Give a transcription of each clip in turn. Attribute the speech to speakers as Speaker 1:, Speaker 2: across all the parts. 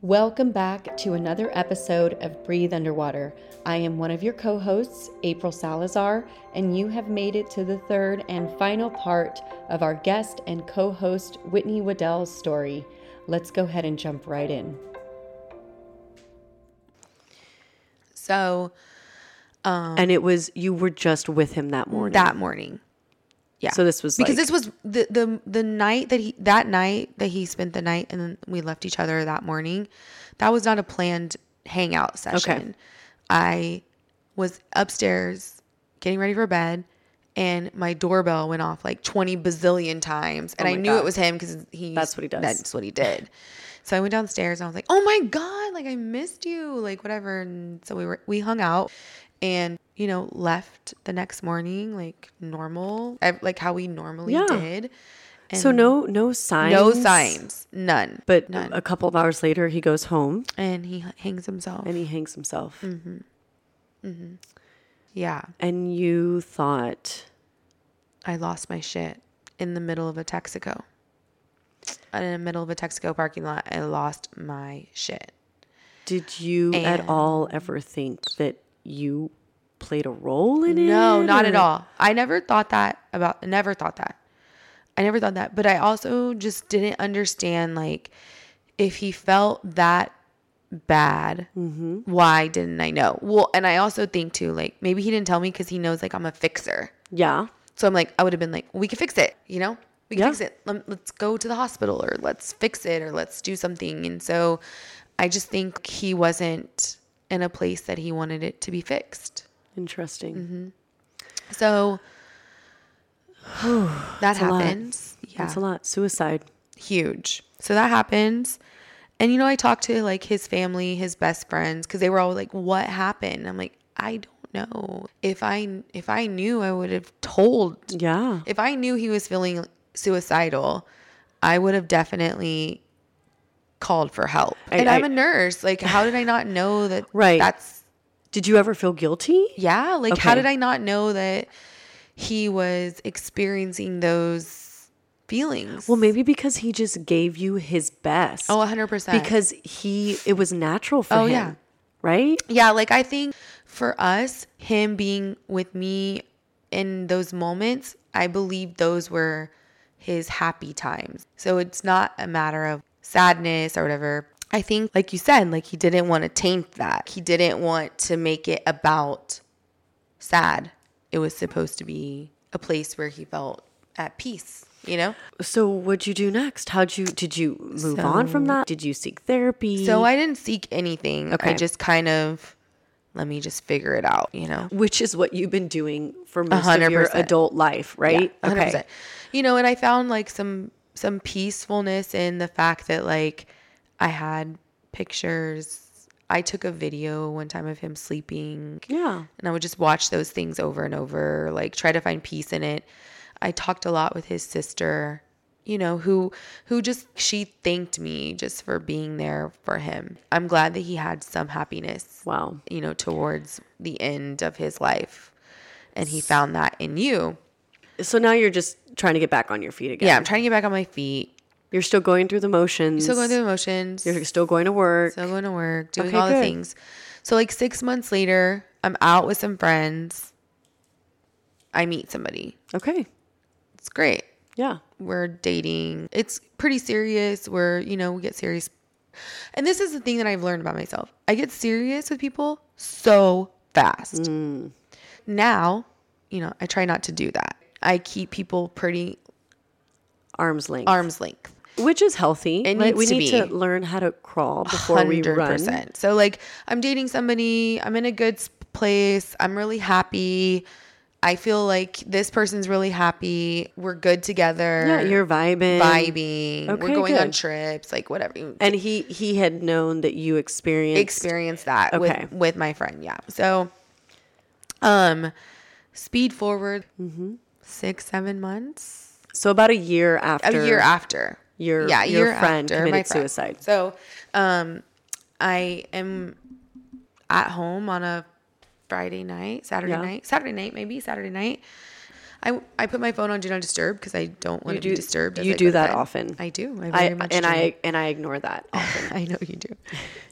Speaker 1: Welcome back to another episode of Breathe Underwater. I am one of your co hosts, April Salazar, and you have made it to the third and final part of our guest and co host Whitney Waddell's story. Let's go ahead and jump right in.
Speaker 2: So
Speaker 3: Um, and it was you were just with him that morning.
Speaker 2: that morning. Yeah.
Speaker 3: So this was
Speaker 2: because
Speaker 3: like-
Speaker 2: this was the, the the night that he that night that he spent the night and then we left each other that morning. That was not a planned hangout session. I was upstairs getting ready for bed and my doorbell went off like 20 bazillion times and I
Speaker 3: Oh my
Speaker 2: knew
Speaker 3: God.
Speaker 2: it was him because he
Speaker 3: That's what he does.
Speaker 2: That's what he did. So I went downstairs and I was like, "Oh my god, like I missed you, like whatever." And so we were we hung out and you know left the next morning like normal, ev- like how we normally
Speaker 3: Yeah.
Speaker 2: did. And
Speaker 3: so no no signs.
Speaker 2: no signs, none.
Speaker 3: But
Speaker 2: none.
Speaker 3: a couple of hours later, he goes home
Speaker 2: and he h- hangs himself.
Speaker 3: and he hangs himself.
Speaker 2: Mm. yeah,
Speaker 3: And you thought,
Speaker 2: I lost my shit in the middle of a Texaco. And in the middle of a Texaco parking lot, I lost my shit.
Speaker 3: did you at
Speaker 2: And-
Speaker 3: all ever think that you played a role in it?
Speaker 2: No, not at
Speaker 3: or-
Speaker 2: all. I never thought that about never thought that. I never thought that, but I also just didn't understand like if he felt that bad, why didn't I know? Well, and I also think too like maybe he didn't tell me cuz he knows like I'm a fixer.
Speaker 3: Yeah.
Speaker 2: So I'm like I would have been like we can fix it, you know? We can
Speaker 3: Yeah.
Speaker 2: fix it. Let, let's go to the hospital or let's fix it or let's do something. And so I just think he wasn't in a place that he wanted it to be fixed.
Speaker 3: Interesting.
Speaker 2: So that
Speaker 3: a lot.
Speaker 2: happens. Yeah.
Speaker 3: That's a lot. Suicide.
Speaker 2: Huge. So that happens. And you know, I talked to like his family, his best friends, because they were all like, What happened? I'm like, I don't know. If I if I knew I would have told
Speaker 3: Yeah.
Speaker 2: if I knew he was feeling suicidal, I would have definitely called for help.
Speaker 3: I-
Speaker 2: and I, am
Speaker 3: I-
Speaker 2: a nurse. Like, how did I not know that
Speaker 3: Right.
Speaker 2: that's
Speaker 3: Did you ever feel guilty?
Speaker 2: yeah. Like, how
Speaker 3: Okay.
Speaker 2: did I not know that he was experiencing those feelings?
Speaker 3: Well, maybe because he just gave you his best.
Speaker 2: oh, 100%.
Speaker 3: because he it was natural for
Speaker 2: Oh,
Speaker 3: him.
Speaker 2: yeah.
Speaker 3: Right?
Speaker 2: Yeah, like I think for us, him being with me in those moments, I believe those were his happy times. So it's not a matter of sadness or whatever. I think, like you said, like he didn't want to taint that. He didn't want to make it about sad. It was supposed to be a place where he felt at peace, you know?
Speaker 3: So what'd you do next? How'd you did you move on from that? Did you seek therapy?
Speaker 2: So I didn't seek anything.
Speaker 3: Okay.
Speaker 2: I just kind of, let me just figure it out, you know?
Speaker 3: which is what you've been doing for most of your
Speaker 2: 100%.
Speaker 3: adult life, right?
Speaker 2: Yeah, 100%. You know, and I found like some some peacefulness in the fact that like I had pictures. I took a video one time of him sleeping.
Speaker 3: Yeah.
Speaker 2: And I would just watch those things over and over, like try to find peace in it. I talked a lot with his sister, you know, who who just she thanked me just for being there for him. I'm glad that he had some happiness
Speaker 3: Wow.
Speaker 2: you know, towards the end of his life. And he found that in you.
Speaker 3: So now you're just trying to get back on your feet again.
Speaker 2: Yeah, I'm trying to get back on my feet.
Speaker 3: You're still going through the motions.
Speaker 2: Still going through the motions.
Speaker 3: You're still going to work.
Speaker 2: Still going to work, doing
Speaker 3: Okay,
Speaker 2: all
Speaker 3: good.
Speaker 2: the things. So like six months later, I'm out with some friends. I meet somebody.
Speaker 3: okay.
Speaker 2: It's great.
Speaker 3: Yeah.
Speaker 2: We're dating. It's pretty serious. We're, you know, we get serious. And this is the thing that I've learned about myself. I get serious with people so fast.
Speaker 3: Mm.
Speaker 2: Now, you know, I try not to do that. I keep people pretty
Speaker 3: Arms length.
Speaker 2: arm's length.
Speaker 3: Which is healthy.
Speaker 2: It
Speaker 3: right?
Speaker 2: needs
Speaker 3: we
Speaker 2: to
Speaker 3: need
Speaker 2: be.
Speaker 3: to learn how to crawl before we
Speaker 2: hundred
Speaker 3: run.
Speaker 2: percent. So like I'm dating somebody, I'm in a good s- place, I'm really happy. I feel like this person's really happy. We're good together.
Speaker 3: Yeah, you're vibing.
Speaker 2: vibing.
Speaker 3: Okay,
Speaker 2: We're going on
Speaker 3: good.
Speaker 2: trips, like whatever.
Speaker 3: And he he had known that you experienced
Speaker 2: Experience that
Speaker 3: Okay.
Speaker 2: with with my friend. Yeah. So, um, speed forward
Speaker 3: Mm-hmm.
Speaker 2: six seven months.
Speaker 3: so about a year after
Speaker 2: a year after
Speaker 3: your-
Speaker 2: yeah, a
Speaker 3: your
Speaker 2: year
Speaker 3: friend
Speaker 2: after
Speaker 3: committed suicide.
Speaker 2: So, um, I am at home on a Friday night, Saturday
Speaker 3: Yeah.
Speaker 2: night, Saturday night maybe Saturday night. I, I put my phone on do not disturb because I don't want to
Speaker 3: do-
Speaker 2: be disturbed. as
Speaker 3: you
Speaker 2: I
Speaker 3: do
Speaker 2: go to
Speaker 3: that
Speaker 2: bed.
Speaker 3: often.
Speaker 2: I do. I
Speaker 3: I,
Speaker 2: very much
Speaker 3: and
Speaker 2: do.
Speaker 3: I and I ignore that.
Speaker 2: I know you do.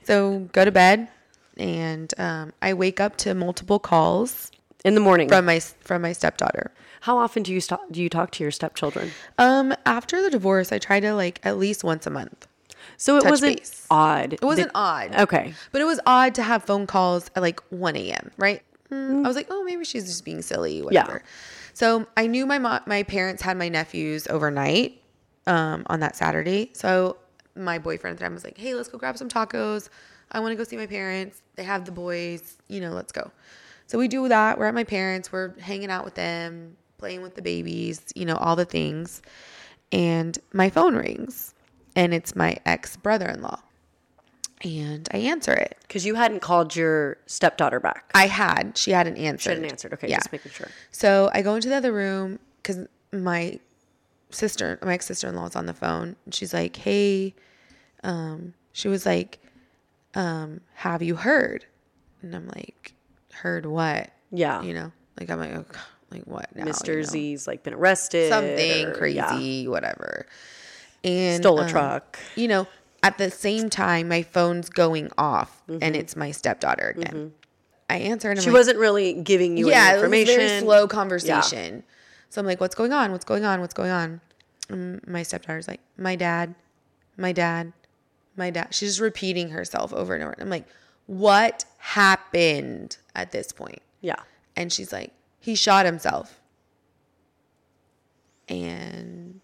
Speaker 2: So go to bed, and um, I wake up to multiple calls
Speaker 3: In the morning,
Speaker 2: from my from my stepdaughter.
Speaker 3: how often do you stop, do you talk to your stepchildren?
Speaker 2: Um, after the divorce, I try to like at least once a month.
Speaker 3: So it
Speaker 2: Touch
Speaker 3: wasn't
Speaker 2: base.
Speaker 3: odd.
Speaker 2: It wasn't odd.
Speaker 3: Okay.
Speaker 2: But it was odd to have phone calls at like 1 a.m., right? Mm, I was like, oh, maybe she's just being silly, whatever. So I knew my mo- my parents had my nephews overnight um, on that Saturday. So my boyfriend at the time was like, hey, let's go grab some tacos. I want to go see my parents. They have the boys. You know, let's go. So we do that. We're at my parents. We're hanging out with them, playing with the babies, you know, all the things. And my phone rings, and it's my ex brother in law. And I answer it.
Speaker 3: Because you hadn't called your stepdaughter back.
Speaker 2: I had. She hadn't answered.
Speaker 3: hadn't answered. Okay, just making sure.
Speaker 2: So I go into the other room because my sister, my ex sister in law, is on the phone. And she's like, "Hey," um, she was like, um, "Have you heard?" And I'm like, "Heard what?"
Speaker 3: Yeah.
Speaker 2: You know, like I'm like, oh, God, like what now? you
Speaker 3: Mr.
Speaker 2: know?
Speaker 3: Z's like been arrested.
Speaker 2: something
Speaker 3: or-
Speaker 2: crazy,
Speaker 3: yeah.
Speaker 2: whatever. And
Speaker 3: Stole a
Speaker 2: um,
Speaker 3: truck.
Speaker 2: You know, at the same time, my phone's going off, and it's my stepdaughter again. I answer, and I'm
Speaker 3: Mm-hmm. She
Speaker 2: like,
Speaker 3: wasn't really giving you any information.
Speaker 2: it was very slow conversation. So I'm like, what's going on? What's going on? What's going on? And my stepdaughter's like, my dad, my dad, my dad. She's just repeating herself over and over. And I'm like, what happened at this point?
Speaker 3: Yeah.
Speaker 2: And she's like, he shot himself. And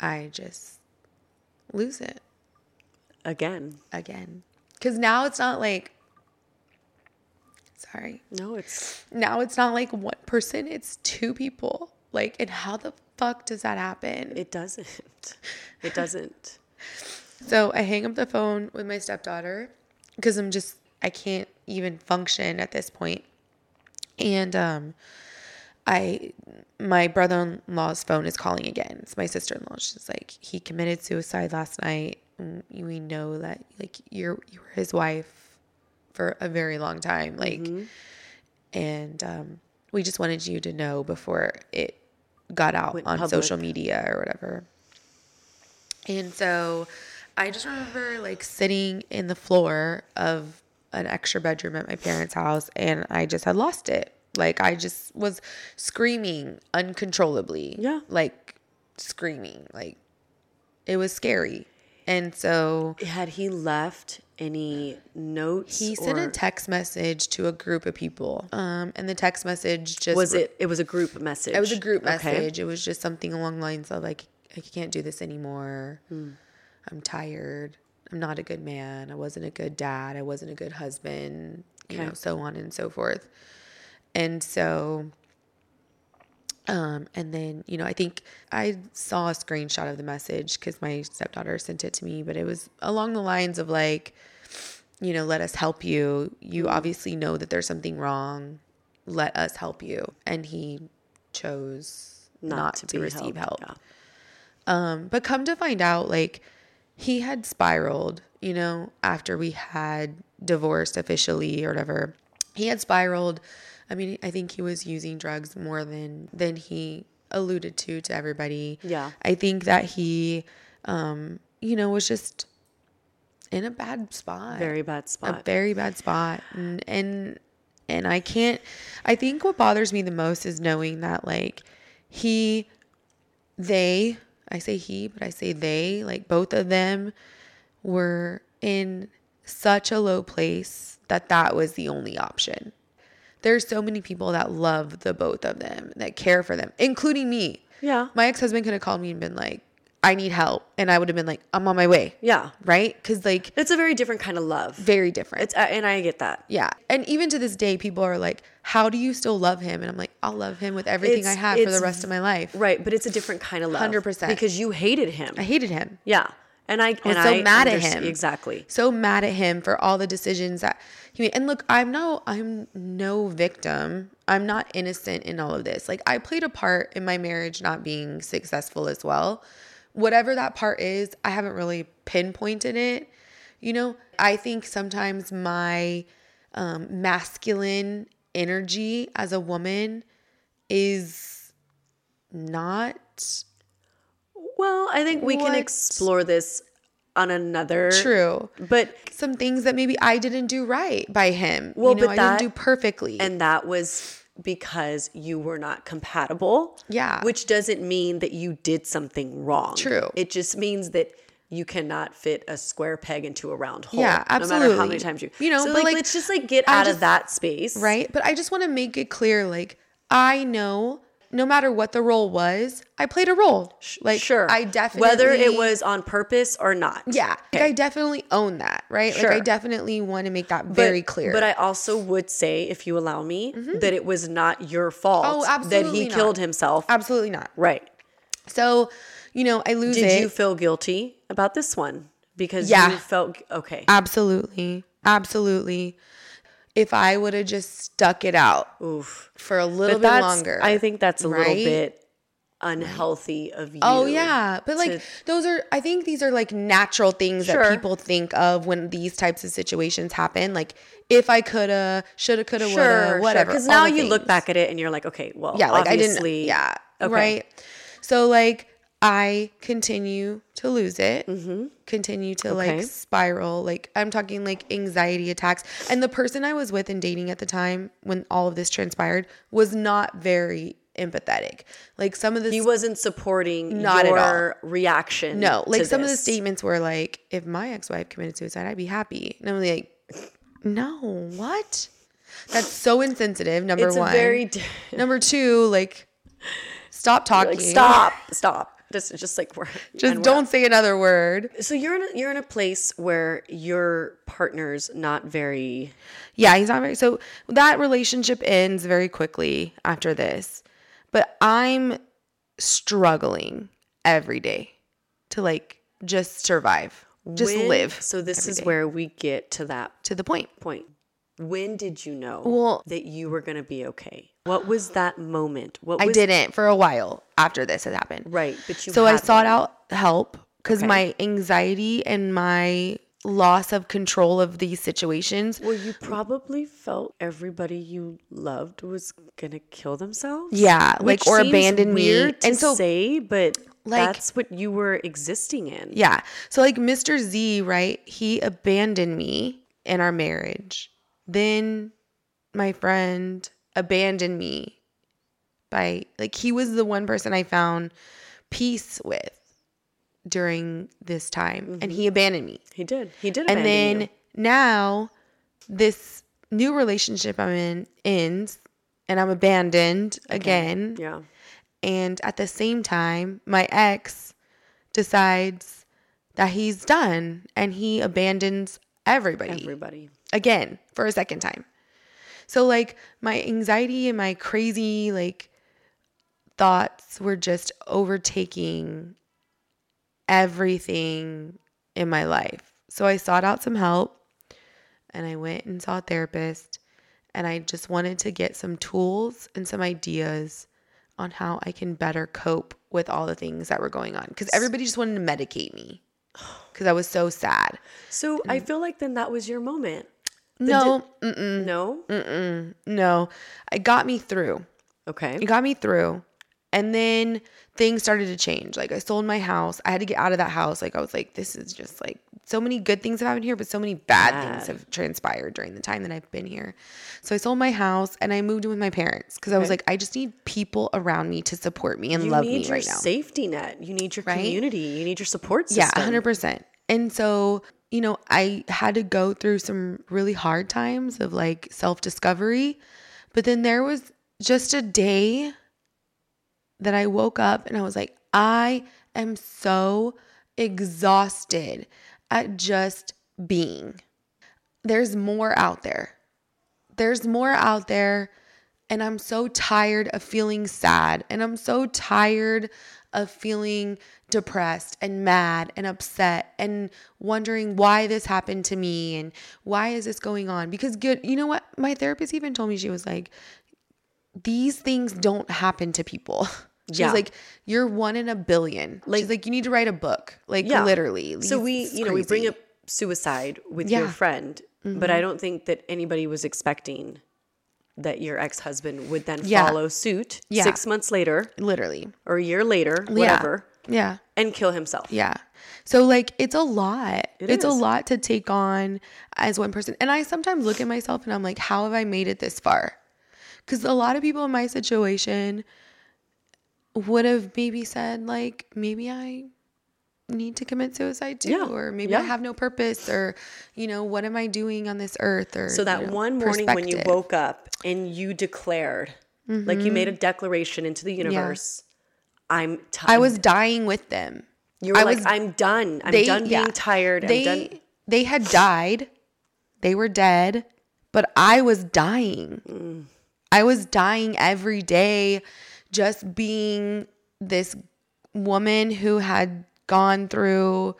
Speaker 2: I just lose it
Speaker 3: Again.
Speaker 2: again. Cause now it's not like, sorry,
Speaker 3: No, it's
Speaker 2: now it's not like one person, it's two people. Like, and how the fuck does that happen?
Speaker 3: it doesn't. It doesn't.
Speaker 2: So I hang up the phone with my stepdaughter because I'm just, I can't even function at this point. And um, I, my brother in law's phone is calling again. It's my sister in law. She's like, he committed suicide last night. And We know that, like, you're you were his wife for a very long time. Like,
Speaker 3: Mm-hmm.
Speaker 2: and um, we just wanted you to know before it got out
Speaker 3: Went
Speaker 2: on
Speaker 3: public.
Speaker 2: social media or whatever. And so I just remember like sitting in the floor of an extra bedroom at my parents' house and I just had lost it. Like I just was screaming uncontrollably.
Speaker 3: Yeah.
Speaker 2: Like screaming. Like it was scary. And so
Speaker 3: Had he left any notes?
Speaker 2: he sent
Speaker 3: or-
Speaker 2: a text message to a group of people. Um, and the text message just
Speaker 3: Was it? It was a group message.
Speaker 2: It was a group
Speaker 3: Okay.
Speaker 2: message. It was just something along the lines of like, I can't do this anymore.
Speaker 3: Hmm.
Speaker 2: I'm tired. I'm not a good man. I wasn't a good dad. I wasn't a good husband. You know,
Speaker 3: Okay.
Speaker 2: so on and so forth. And so, um, and then you know, I think I saw a screenshot of the message because my stepdaughter sent it to me, but it was along the lines of like, you know, let us help you. You obviously know that there's something wrong. Let us help you. And he chose not, to,
Speaker 3: be
Speaker 2: receive help.
Speaker 3: helped, yeah.
Speaker 2: Um, but come to find out, like, he had spiraled, you know, after we had divorced officially or whatever. He had spiraled. I mean, I think he was using drugs more than than he alluded to to everybody.
Speaker 3: Yeah.
Speaker 2: I think that he um, you know, was just in a bad spot
Speaker 3: Very bad
Speaker 2: a
Speaker 3: spot.
Speaker 2: very bad spot and and and I can't I think what bothers me the most is knowing that like he they I say he but I say they like both of them were in such a low place that that was the only option. There's so many people that love the both of them that care for them including me.
Speaker 3: yeah.
Speaker 2: My ex-husband could have called me and been like I need help and I would have been like I'm on my way.
Speaker 3: yeah.
Speaker 2: Right? Cuz like
Speaker 3: It's a very different kind of love.
Speaker 2: very different.
Speaker 3: It's uh, and I get that.
Speaker 2: Yeah. And even to this day, people are like, how do you still love him? And I'm like, I'll love him with everything I
Speaker 3: It's-
Speaker 2: have for the
Speaker 3: it's
Speaker 2: rest of my life.
Speaker 3: Right, but it's a different kind of love.
Speaker 2: 100%.
Speaker 3: Because you hated him.
Speaker 2: I hated him.
Speaker 3: yeah. And I
Speaker 2: I was
Speaker 3: and
Speaker 2: so
Speaker 3: I
Speaker 2: mad at
Speaker 3: underst-
Speaker 2: him.
Speaker 3: Exactly.
Speaker 2: So mad at him for all the decisions that he made. And look, I'm no I'm no victim. I'm not innocent in all of this. Like I played a part in my marriage not being successful as well. Whatever that part is, I haven't really pinpointed it. You know, I think sometimes my um, masculine energy as a woman is not
Speaker 3: Well, I think we can
Speaker 2: What?
Speaker 3: explore this on another.
Speaker 2: true.
Speaker 3: But
Speaker 2: Some things that maybe I didn't do right by him.
Speaker 3: Well,
Speaker 2: you know,
Speaker 3: but
Speaker 2: I
Speaker 3: that-
Speaker 2: didn't do perfectly.
Speaker 3: and that was because you were not compatible.
Speaker 2: Yeah.
Speaker 3: Which doesn't mean that you did something wrong.
Speaker 2: True.
Speaker 3: It just means that you cannot fit a square peg into a round hole.
Speaker 2: Yeah,
Speaker 3: No matter how many
Speaker 2: absolutely.
Speaker 3: times you,
Speaker 2: You know,
Speaker 3: so
Speaker 2: but,
Speaker 3: like,
Speaker 2: like,
Speaker 3: let's just like get
Speaker 2: I
Speaker 3: out of
Speaker 2: just-
Speaker 3: that space,
Speaker 2: right? But I just want to make it clear like I know no matter what the role was, I played a role. Like
Speaker 3: sure.
Speaker 2: I definitely
Speaker 3: whether it was on purpose or not.
Speaker 2: yeah, like I definitely own that, right? Like I
Speaker 3: Sure.
Speaker 2: definitely want to make that very
Speaker 3: but,
Speaker 2: clear. Mm-hmm.
Speaker 3: But I also would say, if you allow me, that it was not your fault
Speaker 2: Oh,
Speaker 3: that
Speaker 2: absolutely
Speaker 3: he
Speaker 2: not.
Speaker 3: killed himself.
Speaker 2: absolutely not.
Speaker 3: right.
Speaker 2: So, you know, I lose
Speaker 3: Did
Speaker 2: it.
Speaker 3: you feel guilty about this one? Because you
Speaker 2: Yeah.
Speaker 3: felt okay.
Speaker 2: Absolutely. Absolutely. If I would have just stuck it out
Speaker 3: Oof.
Speaker 2: for a
Speaker 3: But
Speaker 2: little bit
Speaker 3: that's,
Speaker 2: longer.
Speaker 3: I think that's a little
Speaker 2: right?
Speaker 3: bit unhealthy of you.
Speaker 2: Oh yeah, but like
Speaker 3: to-
Speaker 2: those are I think these are like natural things
Speaker 3: Sure.
Speaker 2: that people think of when these types of situations happen. Like if I coulda, shoulda, coulda,
Speaker 3: Sure,
Speaker 2: woulda, whatever.
Speaker 3: Because
Speaker 2: all
Speaker 3: now
Speaker 2: the
Speaker 3: you look
Speaker 2: things.
Speaker 3: back at it and you're like, okay, well,
Speaker 2: yeah, like I didn't,
Speaker 3: obviously,
Speaker 2: yeah,
Speaker 3: okay.
Speaker 2: right. So like I continue to lose it, continue to
Speaker 3: Mm-hmm. Okay.
Speaker 2: like spiral. Like I'm talking like anxiety attacks. And the person I was with and dating at the time when all of this transpired was not very empathetic. Like some of the
Speaker 3: He wasn't supporting
Speaker 2: Not at all.
Speaker 3: your reaction.
Speaker 2: no, like
Speaker 3: to
Speaker 2: some of the
Speaker 3: this.
Speaker 2: statements were like, if my ex wife committed suicide, I'd be happy. And I'm like, no, what? That's so insensitive. Number
Speaker 3: It's a
Speaker 2: one.
Speaker 3: very di-
Speaker 2: number two, like, stop talking.
Speaker 3: like stop, stop. Just, just like we're
Speaker 2: Just
Speaker 3: and we're
Speaker 2: don't say another word.
Speaker 3: So you're in a, you're in a place where your partner's not very
Speaker 2: Yeah, he's not very. So that relationship ends very quickly after this. But I'm struggling every day to like just survive, just
Speaker 3: When-
Speaker 2: live
Speaker 3: So this is where we get to that
Speaker 2: to the point.
Speaker 3: point. When did you know
Speaker 2: Well-
Speaker 3: that you were going to be okay? What was that moment? What
Speaker 2: I
Speaker 3: was,
Speaker 2: didn't for a while after this had happened.
Speaker 3: Right, but you
Speaker 2: So I
Speaker 3: had
Speaker 2: sought
Speaker 3: one.
Speaker 2: out help because my anxiety and my loss of control of these situations.
Speaker 3: Well, you probably felt everybody you loved was going to kill themselms.
Speaker 2: Yeah, like,
Speaker 3: Which
Speaker 2: or
Speaker 3: seems
Speaker 2: abandon me.
Speaker 3: weird To
Speaker 2: And so-
Speaker 3: say, but
Speaker 2: Like-
Speaker 3: that's what you were existing in.
Speaker 2: Yeah. So like Mr. Z, right? He abandoned me in our marriage. Then my friend abandoned me by like he was the one person I found peace with during this time and
Speaker 3: Mm-hmm.
Speaker 2: he abandoned me.
Speaker 3: He did. He did.
Speaker 2: and
Speaker 3: abandon
Speaker 2: then
Speaker 3: you.
Speaker 2: now this new relationship I'm in ends and I'm abandoned again.
Speaker 3: yeah.
Speaker 2: And at the same time, my ex decides that he's done and he abandons everybody,
Speaker 3: Everybody.
Speaker 2: again for a second time. So, like, my anxiety and my crazy, like, thoughts were just overtaking everything in my life. So, I sought out some help and I went and saw a therapist. And I just wanted to get some tools and some ideas on how I can better cope with all the things that were going on. Because everybody just wanted to medicate me because I was so sad.
Speaker 3: So I
Speaker 2: Mm.
Speaker 3: feel like then that was your moment.
Speaker 2: No,
Speaker 3: mm No.
Speaker 2: no, it got me through.
Speaker 3: Okay.
Speaker 2: It got me through. And then things started to change. Like I sold my house. I had to get out of that house. Like I was like, this is just like so many good things have happened here, but so many bad, things have transpired during the time that I've been here. So I sold my house and I moved in with my parents because I was like, I just need people around me to support me and
Speaker 3: You
Speaker 2: love
Speaker 3: need
Speaker 2: me
Speaker 3: your
Speaker 2: right now.
Speaker 3: safety net. You need your community. You need your support system.
Speaker 2: Yeah, 100%. And so, you know, I had to go through some really hard times of like self discovery. But then there was just a day that I woke up and I was like, I am so exhausted at just being. There's more out there. There's more out there. And I'm so tired of feeling sad. And I'm so tired of feeling depressed and mad and upset and wondering why this happened to me and why is this going on? Because good, you know what? My therapist even told me, she was like, these things don't happen to people. She's
Speaker 3: Yeah.
Speaker 2: like, you're one in a billion. Like, She's like, you need to write a book. Like,
Speaker 3: Yeah.
Speaker 2: literally.
Speaker 3: So we,
Speaker 2: It's
Speaker 3: you know, we bring
Speaker 2: crazy.
Speaker 3: up suicide with your
Speaker 2: Yeah. Mm-hmm.
Speaker 3: friend, but I don't think that anybody was expecting that your ex-husband would then
Speaker 2: Yeah.
Speaker 3: follow suit
Speaker 2: Yeah.
Speaker 3: 6 months later
Speaker 2: literally.
Speaker 3: or a year later, whatever,
Speaker 2: Yeah.
Speaker 3: and kill himself.
Speaker 2: Yeah. So like it's a lot. it's a
Speaker 3: is.
Speaker 2: lot to take on as one person. And I sometimes look at myself and I'm like, how have I made it this far? Cuz a lot of people in my situation would have maybe said like maybe I need to commit suicide too
Speaker 3: Yeah.
Speaker 2: or maybe I
Speaker 3: Yeah.
Speaker 2: have no purpose or you know what am I doing on this earth or
Speaker 3: So that
Speaker 2: you know,
Speaker 3: one morning when you
Speaker 2: perspective. Mm-hmm.
Speaker 3: woke up and you declared, like you made a declaration into the universe, I'm tired.
Speaker 2: I was dying with them.
Speaker 3: you were
Speaker 2: I
Speaker 3: like,
Speaker 2: was-
Speaker 3: I'm done. I'm done being
Speaker 2: yeah.
Speaker 3: tired.
Speaker 2: They
Speaker 3: I'm done.
Speaker 2: they had died. They were dead, but I was dying. I was dying every day just being this woman who had gone through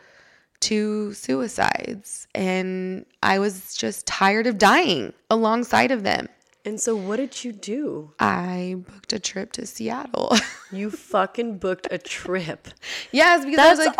Speaker 2: two suicides and I was just tired of dying alongside of them.
Speaker 3: And so what did you do?
Speaker 2: I booked a trip to Seattle.
Speaker 3: You fucking booked a trip.
Speaker 2: Yes, because I was
Speaker 3: That's
Speaker 2: like,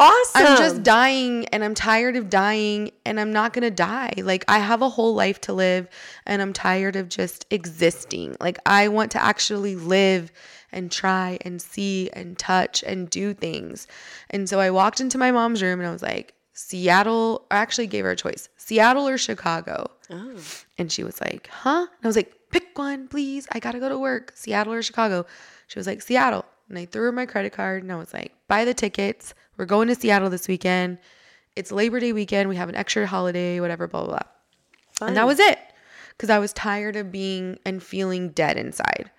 Speaker 2: I'm just
Speaker 3: awesome.
Speaker 2: dying and I'm tired of dying and I'm not gonna die. Like I have a whole life to live and I'm tired of just existing. Like I want to actually live and try and see and touch and do things. And so I walked into my mom's room and I was like, Seattle, I actually gave her a choice, Seattle or Chicago. And she was like, huh? And I was like, pick one, please. I got to go to work, Seattle or Chicago. She was like, Seattle. And I threw her my credit card and I was like, buy the tickets. We're going to Seattle this weekend. It's Labor Day weekend. We have an extra holiday, whatever, blah, blah, blah. And that was it. Because I was tired of being and feeling dead inside.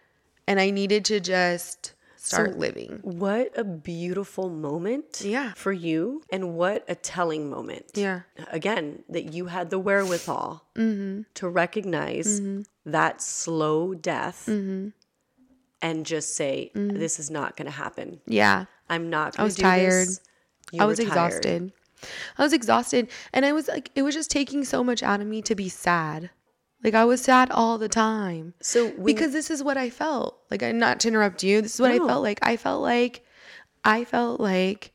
Speaker 2: And I needed to just start living.
Speaker 3: What a beautiful moment
Speaker 2: Yeah.
Speaker 3: for you, and what a telling moment.
Speaker 2: Yeah.
Speaker 3: Again, that you had the wherewithal
Speaker 2: Mm-hmm.
Speaker 3: to recognize that slow death
Speaker 2: Mm-hmm.
Speaker 3: and just say, This is not going to happen.
Speaker 2: Yeah.
Speaker 3: I'm not
Speaker 2: Mm-hmm.
Speaker 3: going
Speaker 2: was
Speaker 3: to do
Speaker 2: tired.
Speaker 3: this. You
Speaker 2: I
Speaker 3: were
Speaker 2: was
Speaker 3: tired.
Speaker 2: exhausted. I was exhausted. And I was like, it was just taking so much out of me to be sad. Like I was sad all the time.
Speaker 3: So when-
Speaker 2: because this is what I felt. Like I not to interrupt you. This is what I felt like. I felt like I felt like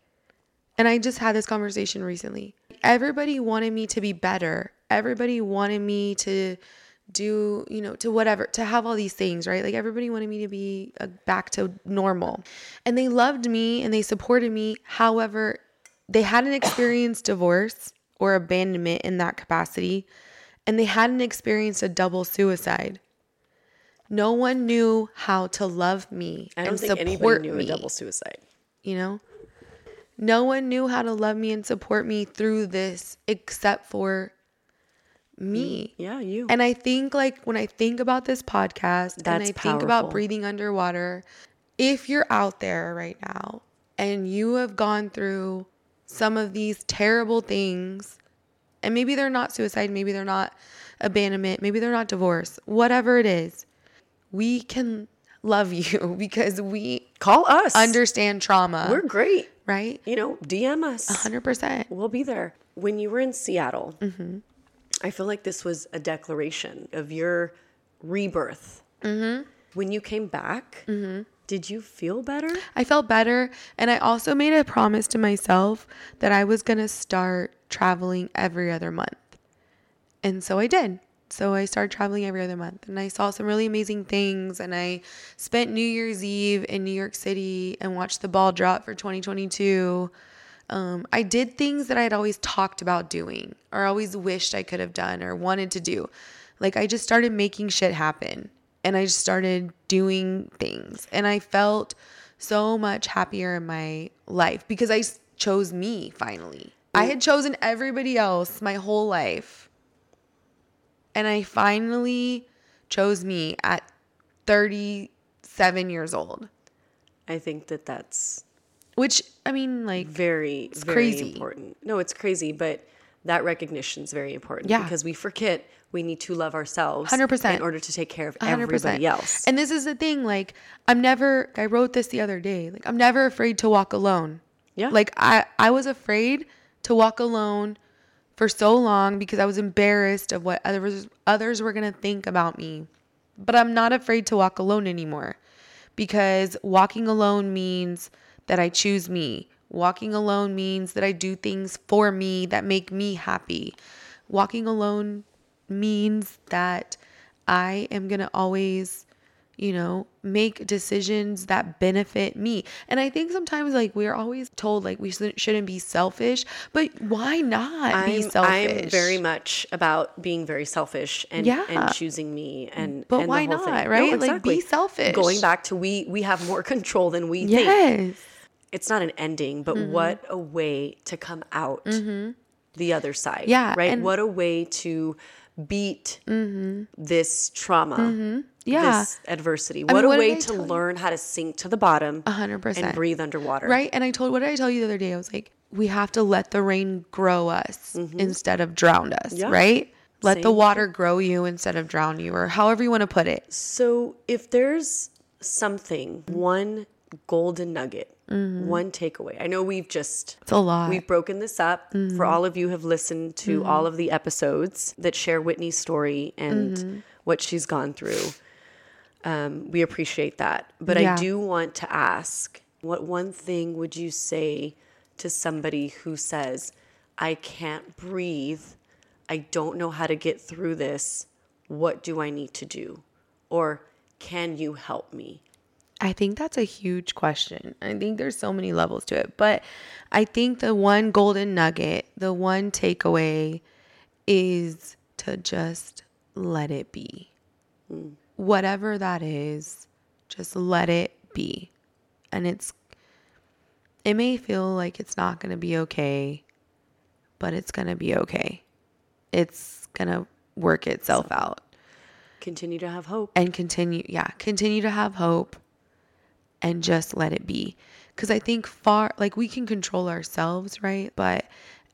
Speaker 2: and I just had this conversation recently. Everybody wanted me to be better. Everybody wanted me to do, you know, to whatever, to have all these things, right? Like everybody wanted me to be uh, back to normal. And they loved me and they supported me. However, they hadn't experienced divorce or abandonment in that capacity. And they hadn't experienced a double suicide. No one knew how to love me
Speaker 3: I don't
Speaker 2: and
Speaker 3: think
Speaker 2: support
Speaker 3: anybody knew
Speaker 2: me
Speaker 3: a double suicide.
Speaker 2: you know? No one knew how to love me and support me through this except for me.
Speaker 3: Yeah, you.
Speaker 2: And I think, like, when I think about this podcast and I
Speaker 3: That's
Speaker 2: think
Speaker 3: powerful.
Speaker 2: about breathing underwater, if you're out there right now and you have gone through some of these terrible things, and maybe they're not suicide, maybe they're not abandonment, maybe they're not divorce, whatever it is, we can love you because we
Speaker 3: Call us.
Speaker 2: understand trauma,
Speaker 3: We're great.
Speaker 2: right?
Speaker 3: You know, DM us.
Speaker 2: Hundred percent.
Speaker 3: We'll be there. When you were in Seattle,
Speaker 2: Mm-hmm.
Speaker 3: I feel like this was a declaration of your rebirth.
Speaker 2: Mm-hmm.
Speaker 3: When you came back, did you feel better?
Speaker 2: I felt better, and I also made a promise to myself that I was gonna start traveling every other month, and so I did. So I started traveling every other month, and I saw some really amazing things. And I spent New Year's Eve in New York City and watched the ball drop for 2022. Um, I did things that I'd always talked about doing, or always wished I could have done, or wanted to do. Like I just started making shit happen. and I just started doing things. And I felt so much happier in my life because I s- chose me finally. I had chosen everybody else my whole life. And I finally chose me at 37 years old,
Speaker 3: I think that that's
Speaker 2: which I mean, like,
Speaker 3: very, very
Speaker 2: crazy.
Speaker 3: important. No, it's crazy, but that recognition is very important
Speaker 2: Yeah.
Speaker 3: because we forget we need to love ourselves
Speaker 2: 100%.
Speaker 3: in order to take care of
Speaker 2: 100%.
Speaker 3: everybody else.
Speaker 2: And this is the thing, like, I'm never, I wrote this the other day, like, I'm never afraid to walk alone.
Speaker 3: Yeah.
Speaker 2: Like, I, I was afraid to walk alone for so long because I was embarrassed of what others, others were going to think about me. But I'm not afraid to walk alone anymore because walking alone means that I choose me. Walking alone means that I do things for me that make me happy. Walking alone means that I am going to always, you know, make decisions that benefit me. And I think sometimes, like, we're always told, like, we shouldn't shouldn't be selfish, but why not be
Speaker 3: I'm,
Speaker 2: selfish?
Speaker 3: I'm very much about being very selfish and,
Speaker 2: Yeah.
Speaker 3: and choosing me and
Speaker 2: But
Speaker 3: and the
Speaker 2: why
Speaker 3: whole thing.
Speaker 2: not,
Speaker 3: No,
Speaker 2: right? Like, be
Speaker 3: exactly.
Speaker 2: selfish.
Speaker 3: Going back to we we have more control than we think.
Speaker 2: Yes. Mm-hmm.
Speaker 3: It's not an ending, but what a way to come out the other side.
Speaker 2: Yeah,
Speaker 3: Right.
Speaker 2: and- Mm-hmm.
Speaker 3: What a way to beat this trauma.
Speaker 2: Yeah.
Speaker 3: This adversity. What
Speaker 2: what
Speaker 3: a
Speaker 2: did
Speaker 3: way
Speaker 2: I
Speaker 3: to
Speaker 2: tell you?
Speaker 3: learn how to sink to the bottom
Speaker 2: 100%.
Speaker 3: and breathe underwater.
Speaker 2: Right. And I told, what did I tell you the other day? I was like, we have to let the rain grow us instead of drown us,
Speaker 3: Mm-hmm. Yeah.
Speaker 2: right? Let the
Speaker 3: Same.
Speaker 2: water grow you instead of drown you, or however you want to put it.
Speaker 3: So, if there's something, one golden nugget, one takeaway, I know we've just
Speaker 2: It's a lot. Mm-hmm.
Speaker 3: we've broken this up for all of you who have listened to all of the episodes that share Whitney's story and
Speaker 2: Mm-hmm.
Speaker 3: what she's gone through. Um, we appreciate that, but
Speaker 2: Yeah.
Speaker 3: I do want to ask: What one thing would you say to somebody who says, "I can't breathe, I don't know how to get through this. What do I need to do?" Or can you help me?
Speaker 2: I think that's a huge question. I think there's so many levels to it, but I think the one golden nugget, the one takeaway is to just let it be. Whatever that is, just let it be. And it's it may feel like it's not going to be okay, but it's going to be okay. It's going to work itself out
Speaker 3: Continue to have hope.
Speaker 2: and continue yeah continue to have hope and just let it be because i think far like we can control ourselves right but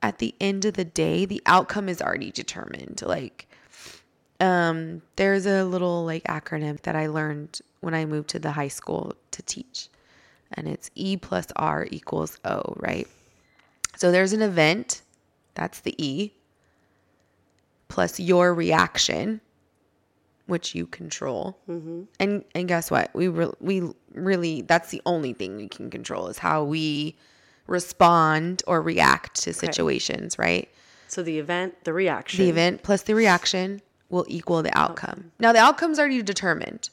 Speaker 2: at the end of the day the outcome is already determined like um there's a little like acronym that i learned when i moved to the high school to teach and it's e plus r equals o right so there's an event that's the e plus your reaction which you control. And and guess what? We re- we really that's the only thing we can control is how we respond or react to situations, right?
Speaker 3: So the event, the reaction.
Speaker 2: The event plus the reaction will equal the outcome. Now the outcome's already determined.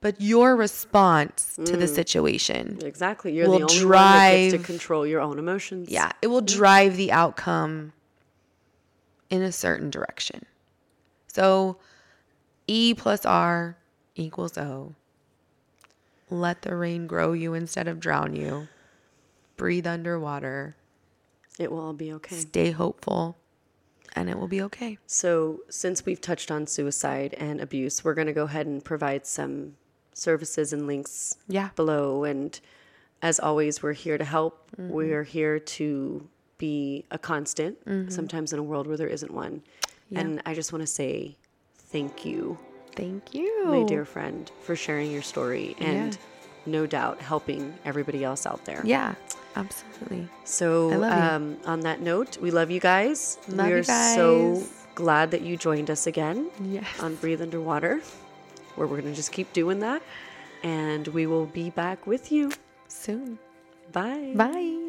Speaker 2: But your response to the situation
Speaker 3: Exactly. You're
Speaker 2: will
Speaker 3: the only one that gets to
Speaker 2: drive-
Speaker 3: control your own emotions.
Speaker 2: Yeah, it will drive the outcome in a certain direction. So E plus R equals O. Let the rain grow you instead of drown you. Breathe underwater.
Speaker 3: It will all be okay.
Speaker 2: Stay hopeful, and it will be okay.
Speaker 3: So, since we've touched on suicide and abuse, we're going to go ahead and provide some services and links
Speaker 2: Yeah.
Speaker 3: below. And as always, we're here to help.
Speaker 2: Mm-hmm.
Speaker 3: We're here to be a constant,
Speaker 2: Mm-hmm.
Speaker 3: sometimes in a world where there isn't one. And I just want to say thank you,
Speaker 2: Thank you.
Speaker 3: my dear friend, for sharing your story and no doubt helping everybody else out there.
Speaker 2: Yeah, absolutely.
Speaker 3: So,
Speaker 2: I love you.
Speaker 3: um, on that note, we love you guys.
Speaker 2: Love
Speaker 3: we
Speaker 2: you
Speaker 3: are so
Speaker 2: guys.
Speaker 3: glad that you joined us again
Speaker 2: Yes.
Speaker 3: on Breathe Underwater, where we're going to just keep doing that. And we will be back with you.
Speaker 2: Soon.
Speaker 3: Bye.
Speaker 2: Bye.